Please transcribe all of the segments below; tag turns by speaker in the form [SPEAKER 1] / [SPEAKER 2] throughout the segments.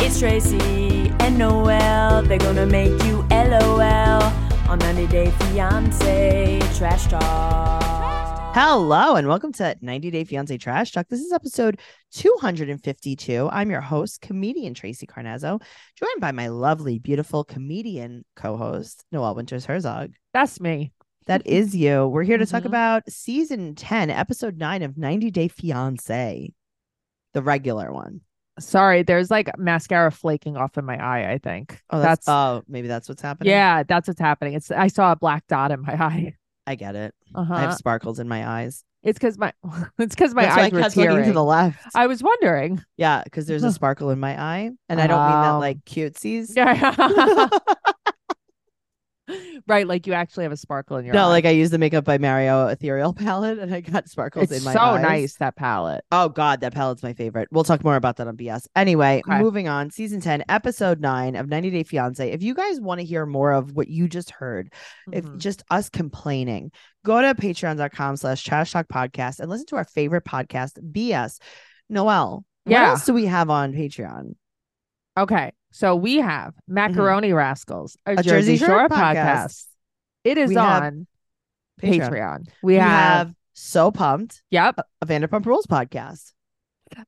[SPEAKER 1] It's Tracy and Noel. They're gonna make you LOL on 90 Day Fiance Trash Talk.
[SPEAKER 2] Hello and welcome to 90 Day Fiance Trash Talk. This is episode 252. I'm your host, comedian Tracy Carnazzo, joined by my lovely, beautiful comedian co-host, Noelle Winters Herzog.
[SPEAKER 3] That's me.
[SPEAKER 2] That is you. We're here to talk
[SPEAKER 3] Mhm.
[SPEAKER 2] about season 10, episode 9 of 90 Day Fiance, the regular one.
[SPEAKER 3] Sorry, there's like mascara flaking off in my eye, I think.
[SPEAKER 2] Oh, that's, oh, maybe that's what's happening.
[SPEAKER 3] yeah, that's what's happening. It's I saw a black dot in my eye.
[SPEAKER 2] I get it.
[SPEAKER 3] Uh-huh.
[SPEAKER 2] I have sparkles in my eyes.
[SPEAKER 3] It's cuz my it's cuz my
[SPEAKER 2] that's why I
[SPEAKER 3] eyes were
[SPEAKER 2] kept looking to
[SPEAKER 3] tearing.
[SPEAKER 2] the left.
[SPEAKER 3] I was wondering.
[SPEAKER 2] yeah, because there's a sparkle in my eye, and I don't mean that
[SPEAKER 3] Um,
[SPEAKER 2] like cutesies.
[SPEAKER 3] Yeah. right, like you actually have a sparkle in your
[SPEAKER 2] No,
[SPEAKER 3] eye.
[SPEAKER 2] like I used the Makeup by Mario ethereal palette and I got sparkles
[SPEAKER 3] it's
[SPEAKER 2] in my
[SPEAKER 3] so
[SPEAKER 2] eyes.
[SPEAKER 3] nice that palette.
[SPEAKER 2] Oh God, that palette's my favorite. We'll talk more about that on BS. Anyway,
[SPEAKER 3] Okay.
[SPEAKER 2] moving on, season 10, episode 9 of 90 Day Fiance. If you guys want to hear more of what you just heard, if
[SPEAKER 3] Mhm.
[SPEAKER 2] just us complaining, go to patreon.com slash trash talk podcast and listen to our favorite podcast, BS. Noel, what
[SPEAKER 3] Yeah.
[SPEAKER 2] else do we have on Patreon?
[SPEAKER 3] Okay. So we have Macaroni Rascals, a,
[SPEAKER 2] Mm-hmm. Jersey Shore podcast.
[SPEAKER 3] It is
[SPEAKER 2] We have
[SPEAKER 3] on Patreon. We,
[SPEAKER 2] We
[SPEAKER 3] have,
[SPEAKER 2] have So Pumped,
[SPEAKER 3] yep.
[SPEAKER 2] a Vanderpump Rules podcast.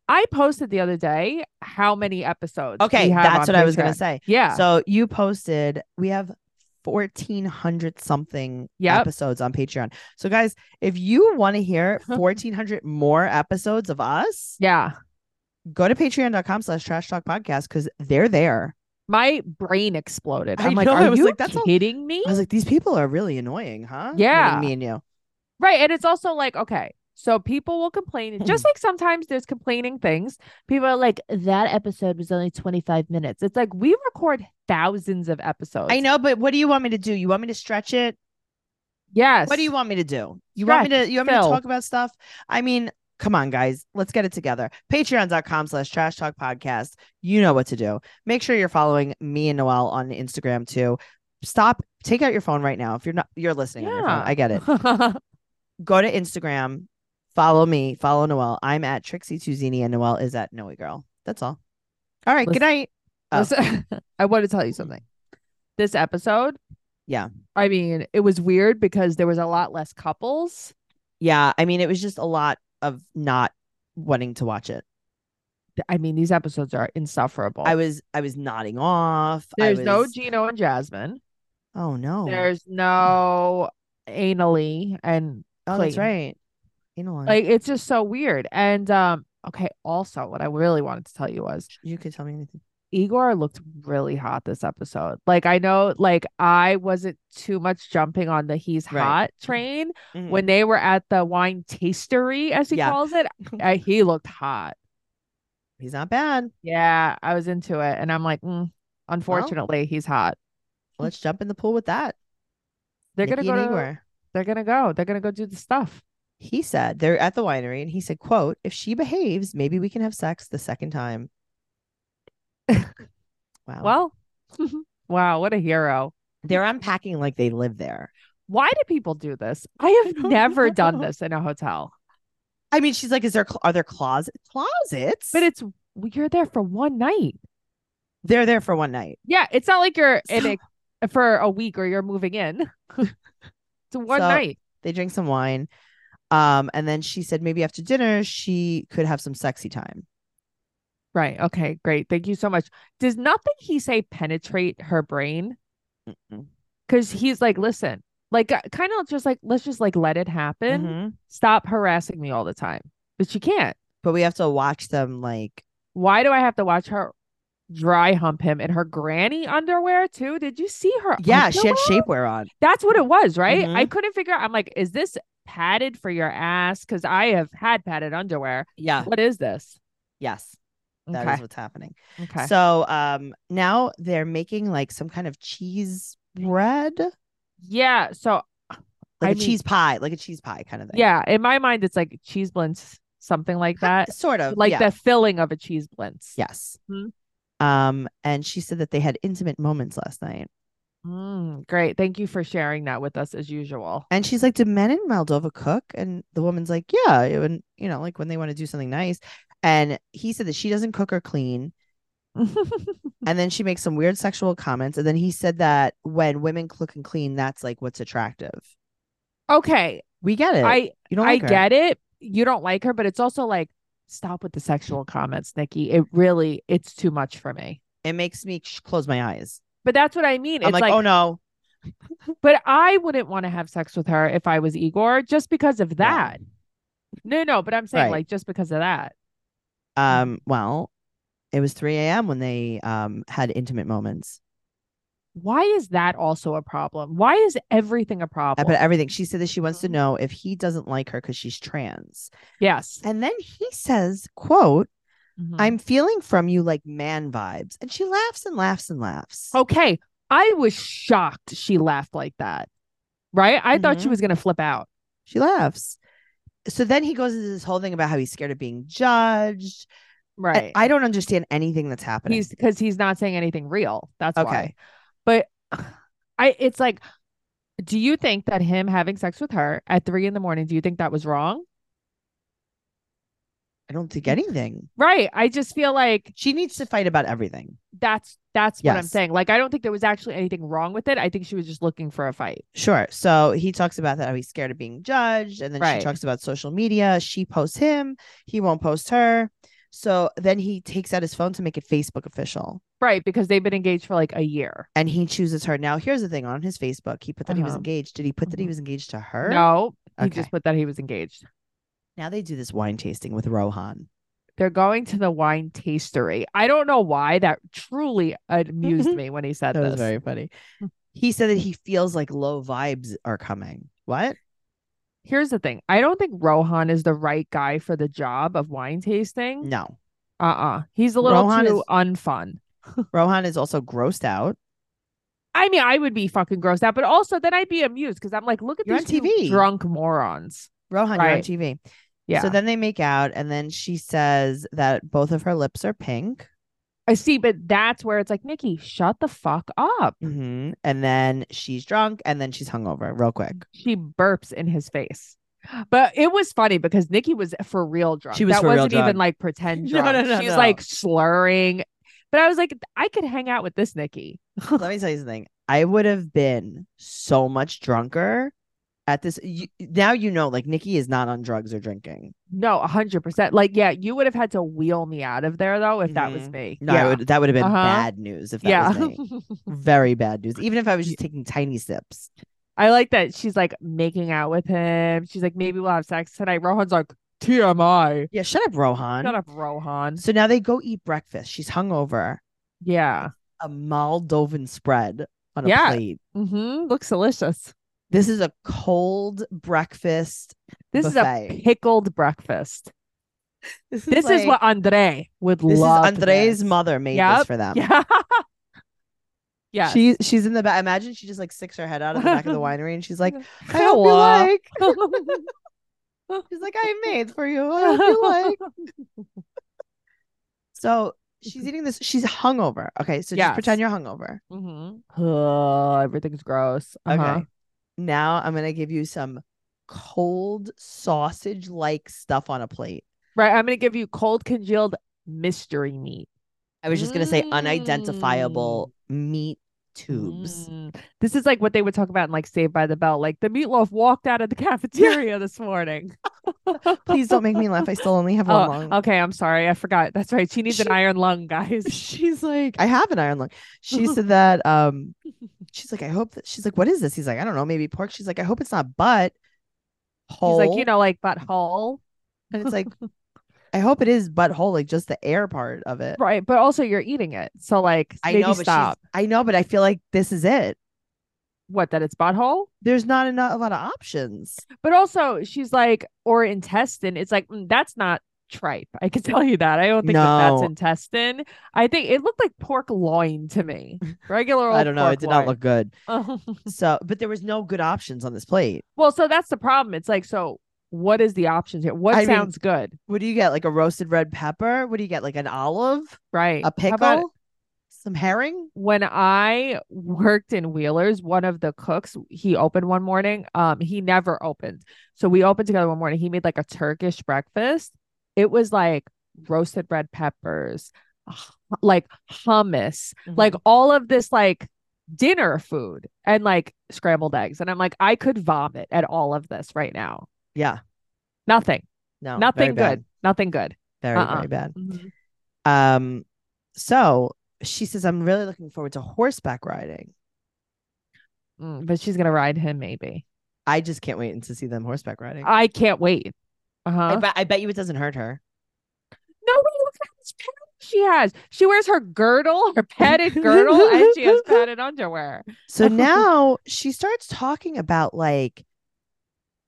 [SPEAKER 3] I posted the other day how many episodes. we
[SPEAKER 2] Okay,
[SPEAKER 3] have
[SPEAKER 2] that's
[SPEAKER 3] on
[SPEAKER 2] what I was going
[SPEAKER 3] Patreon.
[SPEAKER 2] to say.
[SPEAKER 3] Yeah.
[SPEAKER 2] So you posted, we have 1400 something
[SPEAKER 3] Yep.
[SPEAKER 2] episodes on Patreon. So guys, if you want to hear 1400 more episodes of us,
[SPEAKER 3] yeah.
[SPEAKER 2] go to patreon.com slash trash talk podcast because they're there.
[SPEAKER 3] My brain exploded.
[SPEAKER 2] I
[SPEAKER 3] I'm like,
[SPEAKER 2] know,
[SPEAKER 3] are
[SPEAKER 2] I was
[SPEAKER 3] you
[SPEAKER 2] like, that's a-
[SPEAKER 3] kidding me?
[SPEAKER 2] I was like, these people are really annoying, huh? Meaning
[SPEAKER 3] Yeah.
[SPEAKER 2] Me and you.
[SPEAKER 3] Right. And it's also like, okay, so people will complain.
[SPEAKER 2] Hmm.
[SPEAKER 3] Just like sometimes there's complaining things. People are like, that episode was only 25 minutes. It's like we record thousands of episodes.
[SPEAKER 2] I know, but what do you want me to do? You want me to stretch it?
[SPEAKER 3] Yes.
[SPEAKER 2] What do you want me to do? You want me
[SPEAKER 3] Stretch,
[SPEAKER 2] to you want me to
[SPEAKER 3] fill.
[SPEAKER 2] talk about stuff? I mean, come on, guys. Let's get it together. Patreon.com slash trash talk podcast. You know what to do. Make sure you're following me and Noel on Instagram too. Stop, take out your phone right now. If you're not you're listening on your phone.
[SPEAKER 3] Yeah.
[SPEAKER 2] I get it. Go to Instagram, follow me, follow Noel. I'm at Trixie Tuzini and Noel is at Noe Girl. That's all. All right.
[SPEAKER 3] Listen-
[SPEAKER 2] good night. Oh.
[SPEAKER 3] Listen, I want to tell you something. This episode.
[SPEAKER 2] Yeah.
[SPEAKER 3] I mean, it was weird because there was a lot less couples.
[SPEAKER 2] Yeah. I mean, it was just a lot of not wanting to watch it.
[SPEAKER 3] th- I mean, these episodes are insufferable.
[SPEAKER 2] I was I was nodding off. I
[SPEAKER 3] Oh. There's no
[SPEAKER 2] was-
[SPEAKER 3] Gino and Jasmine.
[SPEAKER 2] Oh no.
[SPEAKER 3] There's no anally, and
[SPEAKER 2] Oh, that's
[SPEAKER 3] Clayton.
[SPEAKER 2] right. Anal
[SPEAKER 3] like it's just so weird. And um, okay. Also, what I really wanted to tell you was
[SPEAKER 2] you could tell me anything.
[SPEAKER 3] Igor looked really hot this episode. Like I know, like I wasn't too much jumping on the he's
[SPEAKER 2] Right.
[SPEAKER 3] hot train when they were at the wine tastery, as he
[SPEAKER 2] Yeah.
[SPEAKER 3] calls it. uh, he looked hot.
[SPEAKER 2] he's not bad.
[SPEAKER 3] Yeah, I was into it, and I'm like, mm, unfortunately, he's hot.
[SPEAKER 2] Let's jump in the pool with that.
[SPEAKER 3] They're
[SPEAKER 2] Nikki
[SPEAKER 3] gonna
[SPEAKER 2] and
[SPEAKER 3] go to
[SPEAKER 2] Igor.
[SPEAKER 3] they're gonna go. They're gonna go do the stuff.
[SPEAKER 2] He said they're at the winery, and he said, "quote If she behaves, maybe we can have sex the second time." wow.
[SPEAKER 3] Well, wow, what a hero.
[SPEAKER 2] they're unpacking like they live there.
[SPEAKER 3] Why do people do this? I have
[SPEAKER 2] don't
[SPEAKER 3] never done
[SPEAKER 2] know.
[SPEAKER 3] this in a hotel.
[SPEAKER 2] I mean, she's like, "Is there cl- are there closet closets?"
[SPEAKER 3] But it's you're there for one night.
[SPEAKER 2] they're there for one night.
[SPEAKER 3] Yeah, it's not like you're in
[SPEAKER 2] So-
[SPEAKER 3] a, for a week or you're moving in. it's one
[SPEAKER 2] So-
[SPEAKER 3] night.
[SPEAKER 2] They drink some wine, um, and then she said maybe after dinner she could have some sexy time.
[SPEAKER 3] Right. Okay, great. Thank you so much. Does nothing he say penetrate her brain? Cuz he's like, "Listen, like kind of just like let's just like let it happen.
[SPEAKER 2] Mhm.
[SPEAKER 3] Stop harassing me all the time." But she can't.
[SPEAKER 2] But we have to watch them like
[SPEAKER 3] why do I have to watch her dry hump him in her granny underwear too? Did you see her?
[SPEAKER 2] yeah, she had
[SPEAKER 3] underwear?
[SPEAKER 2] shapewear on.
[SPEAKER 3] That's what it was, right? I
[SPEAKER 2] Mhm.
[SPEAKER 3] couldn't figure out. I'm like, is this padded for your ass? Because I have had padded underwear.
[SPEAKER 2] Yeah.
[SPEAKER 3] What is this?
[SPEAKER 2] Yes. that is
[SPEAKER 3] Okay.
[SPEAKER 2] what's happening.
[SPEAKER 3] Okay.
[SPEAKER 2] So um now they're making like some kind of cheese bread, like
[SPEAKER 3] yeah. So
[SPEAKER 2] a
[SPEAKER 3] I mean-
[SPEAKER 2] cheese pie, like a cheese pie kind of thing.
[SPEAKER 3] yeah, in my mind, it's like cheese blintz, something like that,
[SPEAKER 2] Sort of.
[SPEAKER 3] like
[SPEAKER 2] yeah.
[SPEAKER 3] the filling of a cheese blintz.
[SPEAKER 2] Yes.
[SPEAKER 3] Mhm.
[SPEAKER 2] Um and she said that they had intimate moments last night.
[SPEAKER 3] Mm, great. Thank you for sharing that with us as usual.
[SPEAKER 2] And she's like, "Do men in Moldova cook?" And the woman's like, "Yeah, and you know, like when they want to do something nice." And he said that she doesn't cook or clean. and then she makes some weird sexual comments. And then he said that when women look and clean, that's like what's attractive.
[SPEAKER 3] okay.
[SPEAKER 2] We get it.
[SPEAKER 3] I
[SPEAKER 2] you don't
[SPEAKER 3] I
[SPEAKER 2] like her.
[SPEAKER 3] get it. You don't like her, but it's also like stop with the sexual comments, Nikki. It really it's too much for me.
[SPEAKER 2] It makes me sh- close my eyes.
[SPEAKER 3] But that's what I mean.
[SPEAKER 2] I'm
[SPEAKER 3] it's
[SPEAKER 2] like,
[SPEAKER 3] like,
[SPEAKER 2] oh no,
[SPEAKER 3] but I wouldn't want to have sex with her if I was Igor just because of that. No, no, but I'm saying
[SPEAKER 2] Right.
[SPEAKER 3] like just because of that.
[SPEAKER 2] Um, well, it was 3 a.m. when they um had intimate moments.
[SPEAKER 3] Why is that also a problem? Why is everything a problem?
[SPEAKER 2] But everything she said that she wants to
[SPEAKER 3] Mm.
[SPEAKER 2] know if he doesn't like her because she's trans.
[SPEAKER 3] yes.
[SPEAKER 2] And then he says, quote,
[SPEAKER 3] Mhm.
[SPEAKER 2] I'm feeling from you like man vibes. And she laughs and laughs and laughs.
[SPEAKER 3] Okay. I was shocked she laughed like that. Right? I thought she
[SPEAKER 2] Mhm.
[SPEAKER 3] was going to flip out.
[SPEAKER 2] She laughs. So then he goes into this whole thing about how he's scared of being judged. I-
[SPEAKER 3] Right.
[SPEAKER 2] I, don't understand anything that's happening.
[SPEAKER 3] he's because he's not saying anything real. That's
[SPEAKER 2] okay.
[SPEAKER 3] why. But I it's like do you think that him having sex with her at three in the morning, do you think that was wrong?
[SPEAKER 2] I don't think anything.
[SPEAKER 3] Right. I just feel like
[SPEAKER 2] She needs to fight about everything.
[SPEAKER 3] that's that's what I'm
[SPEAKER 2] Yes.
[SPEAKER 3] saying. Like I don't think there was actually anything wrong with it. I think she was just looking for a fight.
[SPEAKER 2] Sure. So he talks about that how he's scared of being judged, and then
[SPEAKER 3] Right.
[SPEAKER 2] she talks about social media. She posts him, he won't post her. So then he takes out his phone to make it Facebook official,
[SPEAKER 3] Right, because they've been engaged for like a year.
[SPEAKER 2] and he chooses her. Now here's the thing: on his Facebook, he put that he was
[SPEAKER 3] Uh-huh.
[SPEAKER 2] engaged. Did he put that he
[SPEAKER 3] Mhm.
[SPEAKER 2] was engaged to her?
[SPEAKER 3] No, he
[SPEAKER 2] Okay.
[SPEAKER 3] just put that he was engaged.
[SPEAKER 2] Now they do this wine tasting with Rohan.
[SPEAKER 3] They're going to the wine tastery. I don't know why that truly amused me when he said
[SPEAKER 2] Mm-hmm. That was
[SPEAKER 3] this.
[SPEAKER 2] very funny.
[SPEAKER 3] Hmm.
[SPEAKER 2] He said that he feels like low vibes are coming. What?
[SPEAKER 3] Here's the thing. I don't think Rohan is the right guy for the job of wine tasting.
[SPEAKER 2] No.
[SPEAKER 3] Uh-uh. He's a little
[SPEAKER 2] Mm. Rohan
[SPEAKER 3] too
[SPEAKER 2] is-
[SPEAKER 3] unfun.
[SPEAKER 2] Rohan is also grossed out.
[SPEAKER 3] I mean, I would be fucking grossed out, but also then I'd be amused because I'm like, look at
[SPEAKER 2] You're on
[SPEAKER 3] these two
[SPEAKER 2] TV.
[SPEAKER 3] drunk morons.
[SPEAKER 2] Rohan, you're on
[SPEAKER 3] Right.
[SPEAKER 2] TV.
[SPEAKER 3] Yeah.
[SPEAKER 2] So then they make out, and then she says that both of her lips are pink.
[SPEAKER 3] I see, but that's where it's like, Nikki, shut the fuck up.
[SPEAKER 2] hmm And then she's drunk, and then she's hungover real quick.
[SPEAKER 3] She burps in his face. But it was funny because Nikki was for real drunk.
[SPEAKER 2] She was
[SPEAKER 3] that
[SPEAKER 2] for real
[SPEAKER 3] wasn't
[SPEAKER 2] drunk.
[SPEAKER 3] even like pretend
[SPEAKER 2] No,
[SPEAKER 3] drunk.
[SPEAKER 2] no, no,
[SPEAKER 3] She's
[SPEAKER 2] no.
[SPEAKER 3] like slurring. But I was like, I could hang out with this Nikki.
[SPEAKER 2] Let me tell you something. I would have been so much drunker at this. You, now you know, like Nikki is not on drugs or drinking.
[SPEAKER 3] No, hundred percent. Like, yeah, you would have had to wheel me out of there though if that was
[SPEAKER 2] Mhm.
[SPEAKER 3] me.
[SPEAKER 2] No,
[SPEAKER 3] yeah.
[SPEAKER 2] I would. That would have been
[SPEAKER 3] Uh-huh.
[SPEAKER 2] bad news if that
[SPEAKER 3] yeah.
[SPEAKER 2] was me. Very bad news. Even if I was just taking tiny sips.
[SPEAKER 3] I like that she's like making out with him. She's like, maybe we'll have sex tonight. Rohan's like, TMI.
[SPEAKER 2] Yeah, shut up, Rohan.
[SPEAKER 3] Shut up, Rohan.
[SPEAKER 2] So now they go eat breakfast. She's hungover.
[SPEAKER 3] Yeah.
[SPEAKER 2] A Moldovan spread on a
[SPEAKER 3] Yeah.
[SPEAKER 2] plate.
[SPEAKER 3] Mm-hmm. Looks delicious.
[SPEAKER 2] This is a cold breakfast.
[SPEAKER 3] This is
[SPEAKER 2] Buffet.
[SPEAKER 3] a pickled breakfast.
[SPEAKER 2] This is,
[SPEAKER 3] This is what Andre would
[SPEAKER 2] This is
[SPEAKER 3] love.
[SPEAKER 2] Andre's
[SPEAKER 3] this.
[SPEAKER 2] mother made this
[SPEAKER 3] Yep.
[SPEAKER 2] for them.
[SPEAKER 3] Yeah. yeah.
[SPEAKER 2] Um, She she's in the back. Imagine she just like sticks her head out of the back of the winery and she's like, I hope you
[SPEAKER 3] Hello.
[SPEAKER 2] like. She's like, I made for you. I hope you like. So she's eating this. She's hungover. Okay, so just
[SPEAKER 3] Yes.
[SPEAKER 2] pretend you're hungover.
[SPEAKER 3] mm-hmm. uh, everything's gross. Uh-huh.
[SPEAKER 2] Okay. Now I'm gonna give you some cold sausage like stuff on a plate.
[SPEAKER 3] Right. I'm gonna give you cold congealed mystery meat.
[SPEAKER 2] I was just gonna say unidentifiable meat tubes.
[SPEAKER 3] Mm. This is like what they would talk about in like Saved by the Bell. Like the meatloaf walked out of the cafeteria this morning.
[SPEAKER 2] Please don't make me laugh. I still only have one
[SPEAKER 3] Oh,
[SPEAKER 2] lung.
[SPEAKER 3] okay, I'm sorry. I forgot. That's right. She needs an
[SPEAKER 2] She-
[SPEAKER 3] iron lung, guys.
[SPEAKER 2] She's like, I have an iron lung. She said that um she's like, I hope that she's like, what is this? He's like, I don't know, maybe pork. She's like, I hope it's not butt. Whole.
[SPEAKER 3] She's like, you know, like butthole.
[SPEAKER 2] and it's like, I hope it is butthole, like just the air part of it.
[SPEAKER 3] Right. But also you're eating it. So like
[SPEAKER 2] I
[SPEAKER 3] maybe
[SPEAKER 2] know, but
[SPEAKER 3] stop.
[SPEAKER 2] she's, I know, but I feel like this is it.
[SPEAKER 3] What, that it's butthole?
[SPEAKER 2] There's not enough, a lot of options.
[SPEAKER 3] But also she's like, or intestine. It's like mm, that's not tripe. I can tell you that. I don't think that
[SPEAKER 2] No.
[SPEAKER 3] that's intestine. I think it looked like pork loin to me. Regular old
[SPEAKER 2] I don't know.
[SPEAKER 3] pork
[SPEAKER 2] It did not
[SPEAKER 3] loin.
[SPEAKER 2] look good.
[SPEAKER 3] Oh.
[SPEAKER 2] So, but there was no good options on this plate.
[SPEAKER 3] Well, so that's the problem. It's like, so what is the options here? What
[SPEAKER 2] I mean-
[SPEAKER 3] sounds good?
[SPEAKER 2] What do you get? Like a roasted red pepper? What do you get? Like an olive?
[SPEAKER 3] Right.
[SPEAKER 2] A
[SPEAKER 3] How
[SPEAKER 2] pickle?
[SPEAKER 3] about
[SPEAKER 2] Some herring?
[SPEAKER 3] when I worked in Wheelers, one of the cooks, he opened one morning. Um, he never opened. So we opened together one morning. He made like a Turkish breakfast. It was like roasted red peppers, h- like hummus,
[SPEAKER 2] Mm-hmm.
[SPEAKER 3] like all of this like dinner food and like scrambled eggs. And I'm like, I could vomit at all of this right now.
[SPEAKER 2] yeah,
[SPEAKER 3] Nothing.
[SPEAKER 2] no, very
[SPEAKER 3] nothing
[SPEAKER 2] bad.
[SPEAKER 3] good. Nothing good.
[SPEAKER 2] Very,
[SPEAKER 3] Uh-uh.
[SPEAKER 2] very bad. Um, so she says, I'm really looking forward to horseback riding.
[SPEAKER 3] Mm, but she's gonna ride him maybe.
[SPEAKER 2] I just can't wait to see them horseback riding.
[SPEAKER 3] I can't wait.
[SPEAKER 2] I,
[SPEAKER 3] Uh-huh.
[SPEAKER 2] bet, I bet you it doesn't hurt her.
[SPEAKER 3] No, wait, look at how much padding she has. She wears her girdle, her padded girdle, and she has padded underwear.
[SPEAKER 2] So now she starts talking about like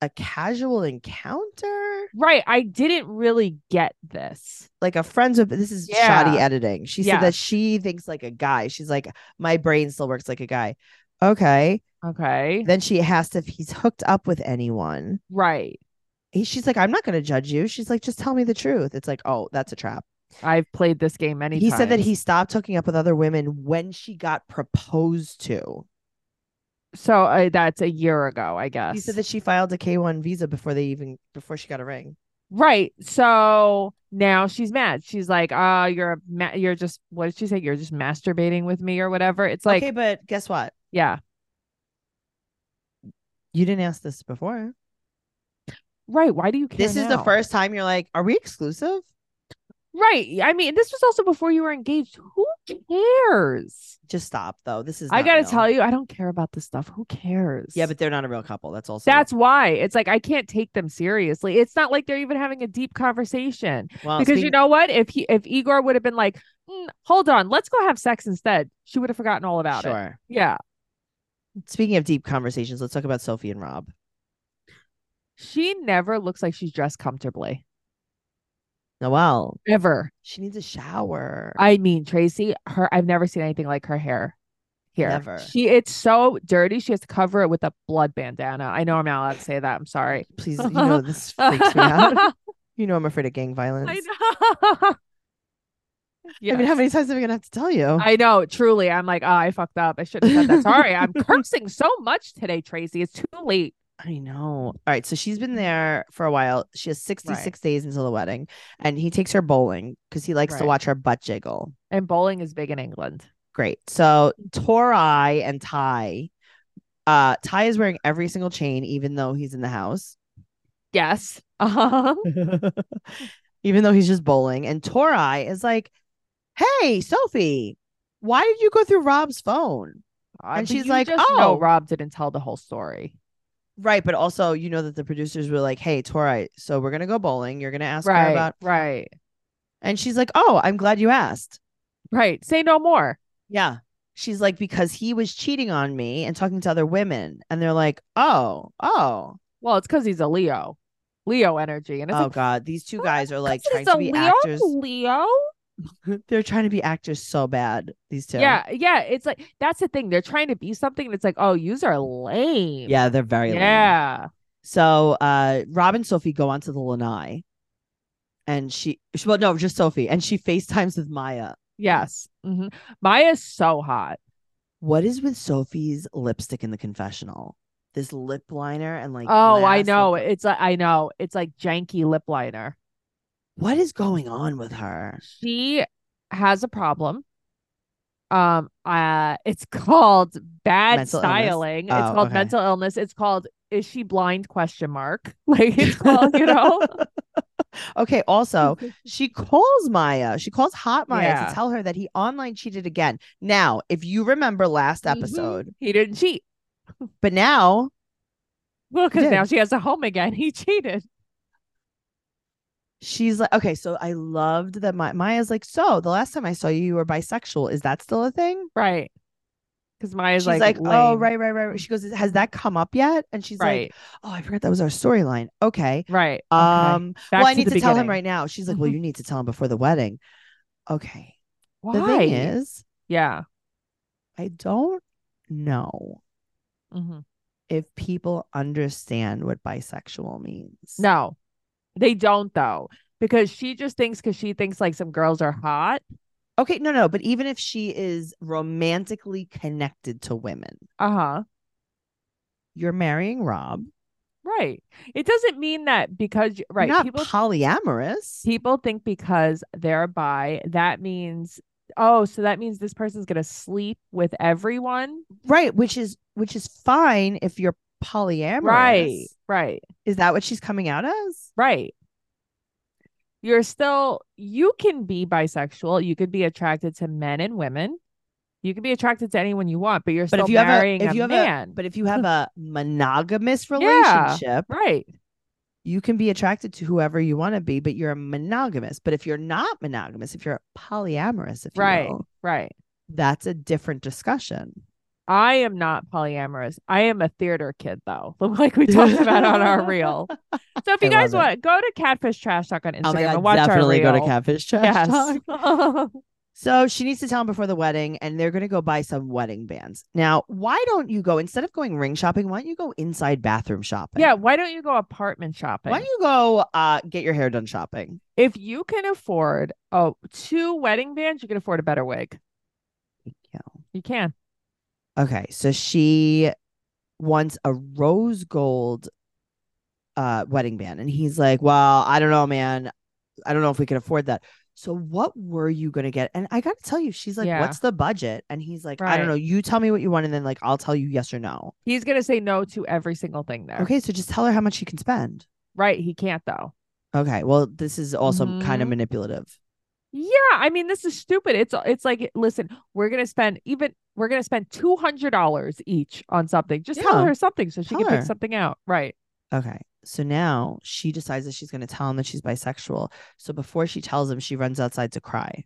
[SPEAKER 2] a casual encounter,
[SPEAKER 3] Right. I didn't really get this.
[SPEAKER 2] like a friends with this is shoddy
[SPEAKER 3] Yeah.
[SPEAKER 2] editing. She
[SPEAKER 3] Yeah.
[SPEAKER 2] said that she thinks like a guy. She's like, my brain still works like a guy. Okay.
[SPEAKER 3] Okay.
[SPEAKER 2] Then she asked if he's hooked up with anyone.
[SPEAKER 3] Right.
[SPEAKER 2] He, she's like, I'm not going to judge you. She's like, just tell me the truth. It's like, oh, that's a trap.
[SPEAKER 3] I've played this game many
[SPEAKER 2] he
[SPEAKER 3] times.
[SPEAKER 2] said that he stopped hooking up with other women when she got proposed to.
[SPEAKER 3] So uh, that's a year ago, I guess.
[SPEAKER 2] He said that she filed a K1 visa before they even before she got a ring.
[SPEAKER 3] Right. So now she's mad. She's like, "Ah, you're a ma- you're just what did she say? You're just masturbating with me or whatever." It's like,
[SPEAKER 2] okay, but guess what?
[SPEAKER 3] yeah,
[SPEAKER 2] You didn't ask this before.
[SPEAKER 3] right. Why do you care?
[SPEAKER 2] This is the
[SPEAKER 3] now?
[SPEAKER 2] first time you're like, are we exclusive?
[SPEAKER 3] Right. I mean, this was also before you were engaged. Who cares?
[SPEAKER 2] Just stop though. This is
[SPEAKER 3] I
[SPEAKER 2] not
[SPEAKER 3] gotta
[SPEAKER 2] real.
[SPEAKER 3] tell you, I don't care about this stuff. Who cares?
[SPEAKER 2] Yeah, but they're not a real couple. That's also
[SPEAKER 3] that's why it's like I can't take them seriously. It's not like they're even having a deep conversation
[SPEAKER 2] well,
[SPEAKER 3] because you
[SPEAKER 2] speak-
[SPEAKER 3] know what? If he if Igor would have been like, "Mm, hold on, let's go have sex instead, she would have forgotten all about it.
[SPEAKER 2] sure.
[SPEAKER 3] Yeah.
[SPEAKER 2] Speaking of deep conversations, let's talk about Sophie and Rob.
[SPEAKER 3] She never looks like she's dressed comfortably.
[SPEAKER 2] Noelle,
[SPEAKER 3] Ever.
[SPEAKER 2] she needs a shower.
[SPEAKER 3] I mean, Tracy, her I've never seen anything like her hair here.
[SPEAKER 2] Never.
[SPEAKER 3] She it's so dirty. She has to cover it with a blood bandana. I know I'm not allowed to say that. I'm sorry.
[SPEAKER 2] Please, you know this freaks me out. You know I'm afraid of gang violence.
[SPEAKER 3] I know.
[SPEAKER 2] I mean, how
[SPEAKER 3] Yes.
[SPEAKER 2] many times am I gonna have to tell you?
[SPEAKER 3] I know, truly. I'm like, oh, I fucked up. I shouldn't have said that. Sorry. I'm cursing so much today, Tracy. It's too late.
[SPEAKER 2] I know. All right. So she's been there for a while. She has 66 days until the wedding. And he takes her bowling because he likes to
[SPEAKER 3] Right.
[SPEAKER 2] watch her butt jiggle.
[SPEAKER 3] And bowling is big in England.
[SPEAKER 2] Great. So Torai and Ty. Uh, Ty is wearing every single chain, even though he's in the house,
[SPEAKER 3] Yes. Uh-huh.
[SPEAKER 2] even though he's just bowling. And Torai is like, Hey, Sophie, why did you go through Rob's phone?
[SPEAKER 3] Uh, but
[SPEAKER 2] And she's
[SPEAKER 3] you
[SPEAKER 2] like,
[SPEAKER 3] just know
[SPEAKER 2] "Oh."
[SPEAKER 3] Rob didn't tell the whole story.
[SPEAKER 2] Right. But also, you know that the producers were like, Hey, Torai, so we're going to go bowling. You're going to ask her
[SPEAKER 3] right.
[SPEAKER 2] about.
[SPEAKER 3] right.
[SPEAKER 2] And she's like, Oh, I'm glad you asked.
[SPEAKER 3] Right. Say no more.
[SPEAKER 2] Yeah. She's like, because he was cheating on me and talking to other women. And they're like, oh, oh,
[SPEAKER 3] Well, it's because he's a Leo. Leo energy. And it's
[SPEAKER 2] oh,
[SPEAKER 3] like,
[SPEAKER 2] God. These two guys are like
[SPEAKER 3] 'cause
[SPEAKER 2] trying
[SPEAKER 3] it's
[SPEAKER 2] to
[SPEAKER 3] a
[SPEAKER 2] be
[SPEAKER 3] Leo,
[SPEAKER 2] actors.
[SPEAKER 3] Leo.
[SPEAKER 2] They're trying to be actors so bad. These two.
[SPEAKER 3] Yeah. Yeah. It's like, that's the thing. They're trying to be something. And it's like, oh, yous are lame.
[SPEAKER 2] Yeah. They're very lame.
[SPEAKER 3] Yeah.
[SPEAKER 2] So uh, Rob and Sophie go onto the lanai. And she, she- well, no, just Sophie. And she FaceTimes with Maya.
[SPEAKER 3] Yes. hmm Maya's so hot.
[SPEAKER 2] What is with Sophie's lipstick in the confessional? This lip liner and like,
[SPEAKER 3] oh, I
[SPEAKER 2] glass lip-
[SPEAKER 3] know. It's like, I know. It's like janky lip liner.
[SPEAKER 2] What is going on with her?
[SPEAKER 3] She has a problem. Um, uh, it's called bad
[SPEAKER 2] Mental illness?
[SPEAKER 3] styling.
[SPEAKER 2] Oh,
[SPEAKER 3] it's called
[SPEAKER 2] okay.
[SPEAKER 3] mental illness. It's called is she blind question mark? Like it's called, you know.
[SPEAKER 2] okay. Also, she calls Maya. She calls Hot Maya
[SPEAKER 3] Yeah.
[SPEAKER 2] to tell her that he online cheated again. Now, if you remember last
[SPEAKER 3] Mhm.
[SPEAKER 2] episode,
[SPEAKER 3] He didn't cheat.
[SPEAKER 2] but now,
[SPEAKER 3] Well, because now
[SPEAKER 2] did.
[SPEAKER 3] she has a home again. He cheated.
[SPEAKER 2] she's like, okay, so I loved that Ma- Maya's like, so the last time I saw you, you were bisexual. Is that still a thing?
[SPEAKER 3] Right. Because Maya's
[SPEAKER 2] She's like, oh,
[SPEAKER 3] lame.
[SPEAKER 2] right, right, right. right." She goes, has that come up yet? And she's like,
[SPEAKER 3] Right.
[SPEAKER 2] oh, I forgot that was our storyline. Okay.
[SPEAKER 3] right. Okay.
[SPEAKER 2] Um,
[SPEAKER 3] Back
[SPEAKER 2] well, I
[SPEAKER 3] the
[SPEAKER 2] need to, tell him
[SPEAKER 3] beginning.
[SPEAKER 2] right now. She's like, well,
[SPEAKER 3] Mhm.
[SPEAKER 2] you need to tell him before the wedding. Okay.
[SPEAKER 3] Why?
[SPEAKER 2] The thing is,
[SPEAKER 3] yeah.
[SPEAKER 2] I don't know.
[SPEAKER 3] hmm
[SPEAKER 2] if people understand what bisexual means.
[SPEAKER 3] No, they don't though, because she just thinks because she thinks like some girls are hot.
[SPEAKER 2] Okay, no, no, but even if she is
[SPEAKER 3] Uh-huh.
[SPEAKER 2] romantically connected to women,
[SPEAKER 3] Uh huh.
[SPEAKER 2] you're marrying Rob.
[SPEAKER 3] Right. It doesn't mean that because you- right,
[SPEAKER 2] Not
[SPEAKER 3] people
[SPEAKER 2] polyamorous.
[SPEAKER 3] people think because they're bi, that means oh, so that means this person's gonna sleep with everyone.
[SPEAKER 2] right, which is which is fine if you're polyamorous.
[SPEAKER 3] Right. Right.
[SPEAKER 2] Is that what she's coming out as?
[SPEAKER 3] Right. You're still, you can be bisexual. You could be attracted to men and women. You can be attracted to anyone you want, but you're
[SPEAKER 2] But
[SPEAKER 3] still
[SPEAKER 2] if you have a-
[SPEAKER 3] marrying
[SPEAKER 2] if
[SPEAKER 3] a
[SPEAKER 2] you have a-
[SPEAKER 3] man.
[SPEAKER 2] But if you have a monogamous
[SPEAKER 3] Yeah.
[SPEAKER 2] relationship,
[SPEAKER 3] right.
[SPEAKER 2] you can be attracted to whoever you want to be, but you're monogamous. But if you're not monogamous, if you're polyamorous, if you
[SPEAKER 3] Right.
[SPEAKER 2] will,
[SPEAKER 3] Right.
[SPEAKER 2] that's a different discussion.
[SPEAKER 3] I am not polyamorous. I am a theater kid, though, like we talked about on our reel. So if you
[SPEAKER 2] I
[SPEAKER 3] guys
[SPEAKER 2] love
[SPEAKER 3] want, go to Catfish Trash Talk on Instagram
[SPEAKER 2] oh my god,
[SPEAKER 3] and watch
[SPEAKER 2] definitely
[SPEAKER 3] our
[SPEAKER 2] go
[SPEAKER 3] reel.
[SPEAKER 2] to Catfish Trash Talk.
[SPEAKER 3] Yes.
[SPEAKER 2] So she needs to tell him before the wedding, and they're going to go buy some wedding bands. Now, why don't you go instead of going ring shopping? Why don't you go inside bathroom shopping?
[SPEAKER 3] yeah. Why don't you go apartment shopping?
[SPEAKER 2] Why don't you go uh, get your hair done shopping?
[SPEAKER 3] if you can afford oh two wedding bands, you can afford a better wig.
[SPEAKER 2] you.
[SPEAKER 3] You can.
[SPEAKER 2] Okay, so she wants a rose gold uh wedding band and he's like, "Well, I don't know, man. I don't know if we can afford that." So what were you going to get? And I got to tell you, she's like,
[SPEAKER 3] Yeah.
[SPEAKER 2] "What's the budget?" And he's like, "I
[SPEAKER 3] Right.
[SPEAKER 2] don't know. You tell me what you want and then like I'll tell you yes or no."
[SPEAKER 3] He's gonna say no to every single thing there.
[SPEAKER 2] Okay, so just tell her how much she can spend.
[SPEAKER 3] Right. He can't though.
[SPEAKER 2] Okay, well, this is also kind of
[SPEAKER 3] Mhm.
[SPEAKER 2] manipulative.
[SPEAKER 3] Yeah. I mean, this is stupid. It's it's like listen, we're gonna spend even we're gonna spend two hundred dollars each on something. Just tell
[SPEAKER 2] Yeah.
[SPEAKER 3] her something so she
[SPEAKER 2] Tell
[SPEAKER 3] can
[SPEAKER 2] her.
[SPEAKER 3] pick something out. Right.
[SPEAKER 2] Okay. So now she decides that she's going to tell him that she's bisexual. So before she tells him, she runs outside to cry.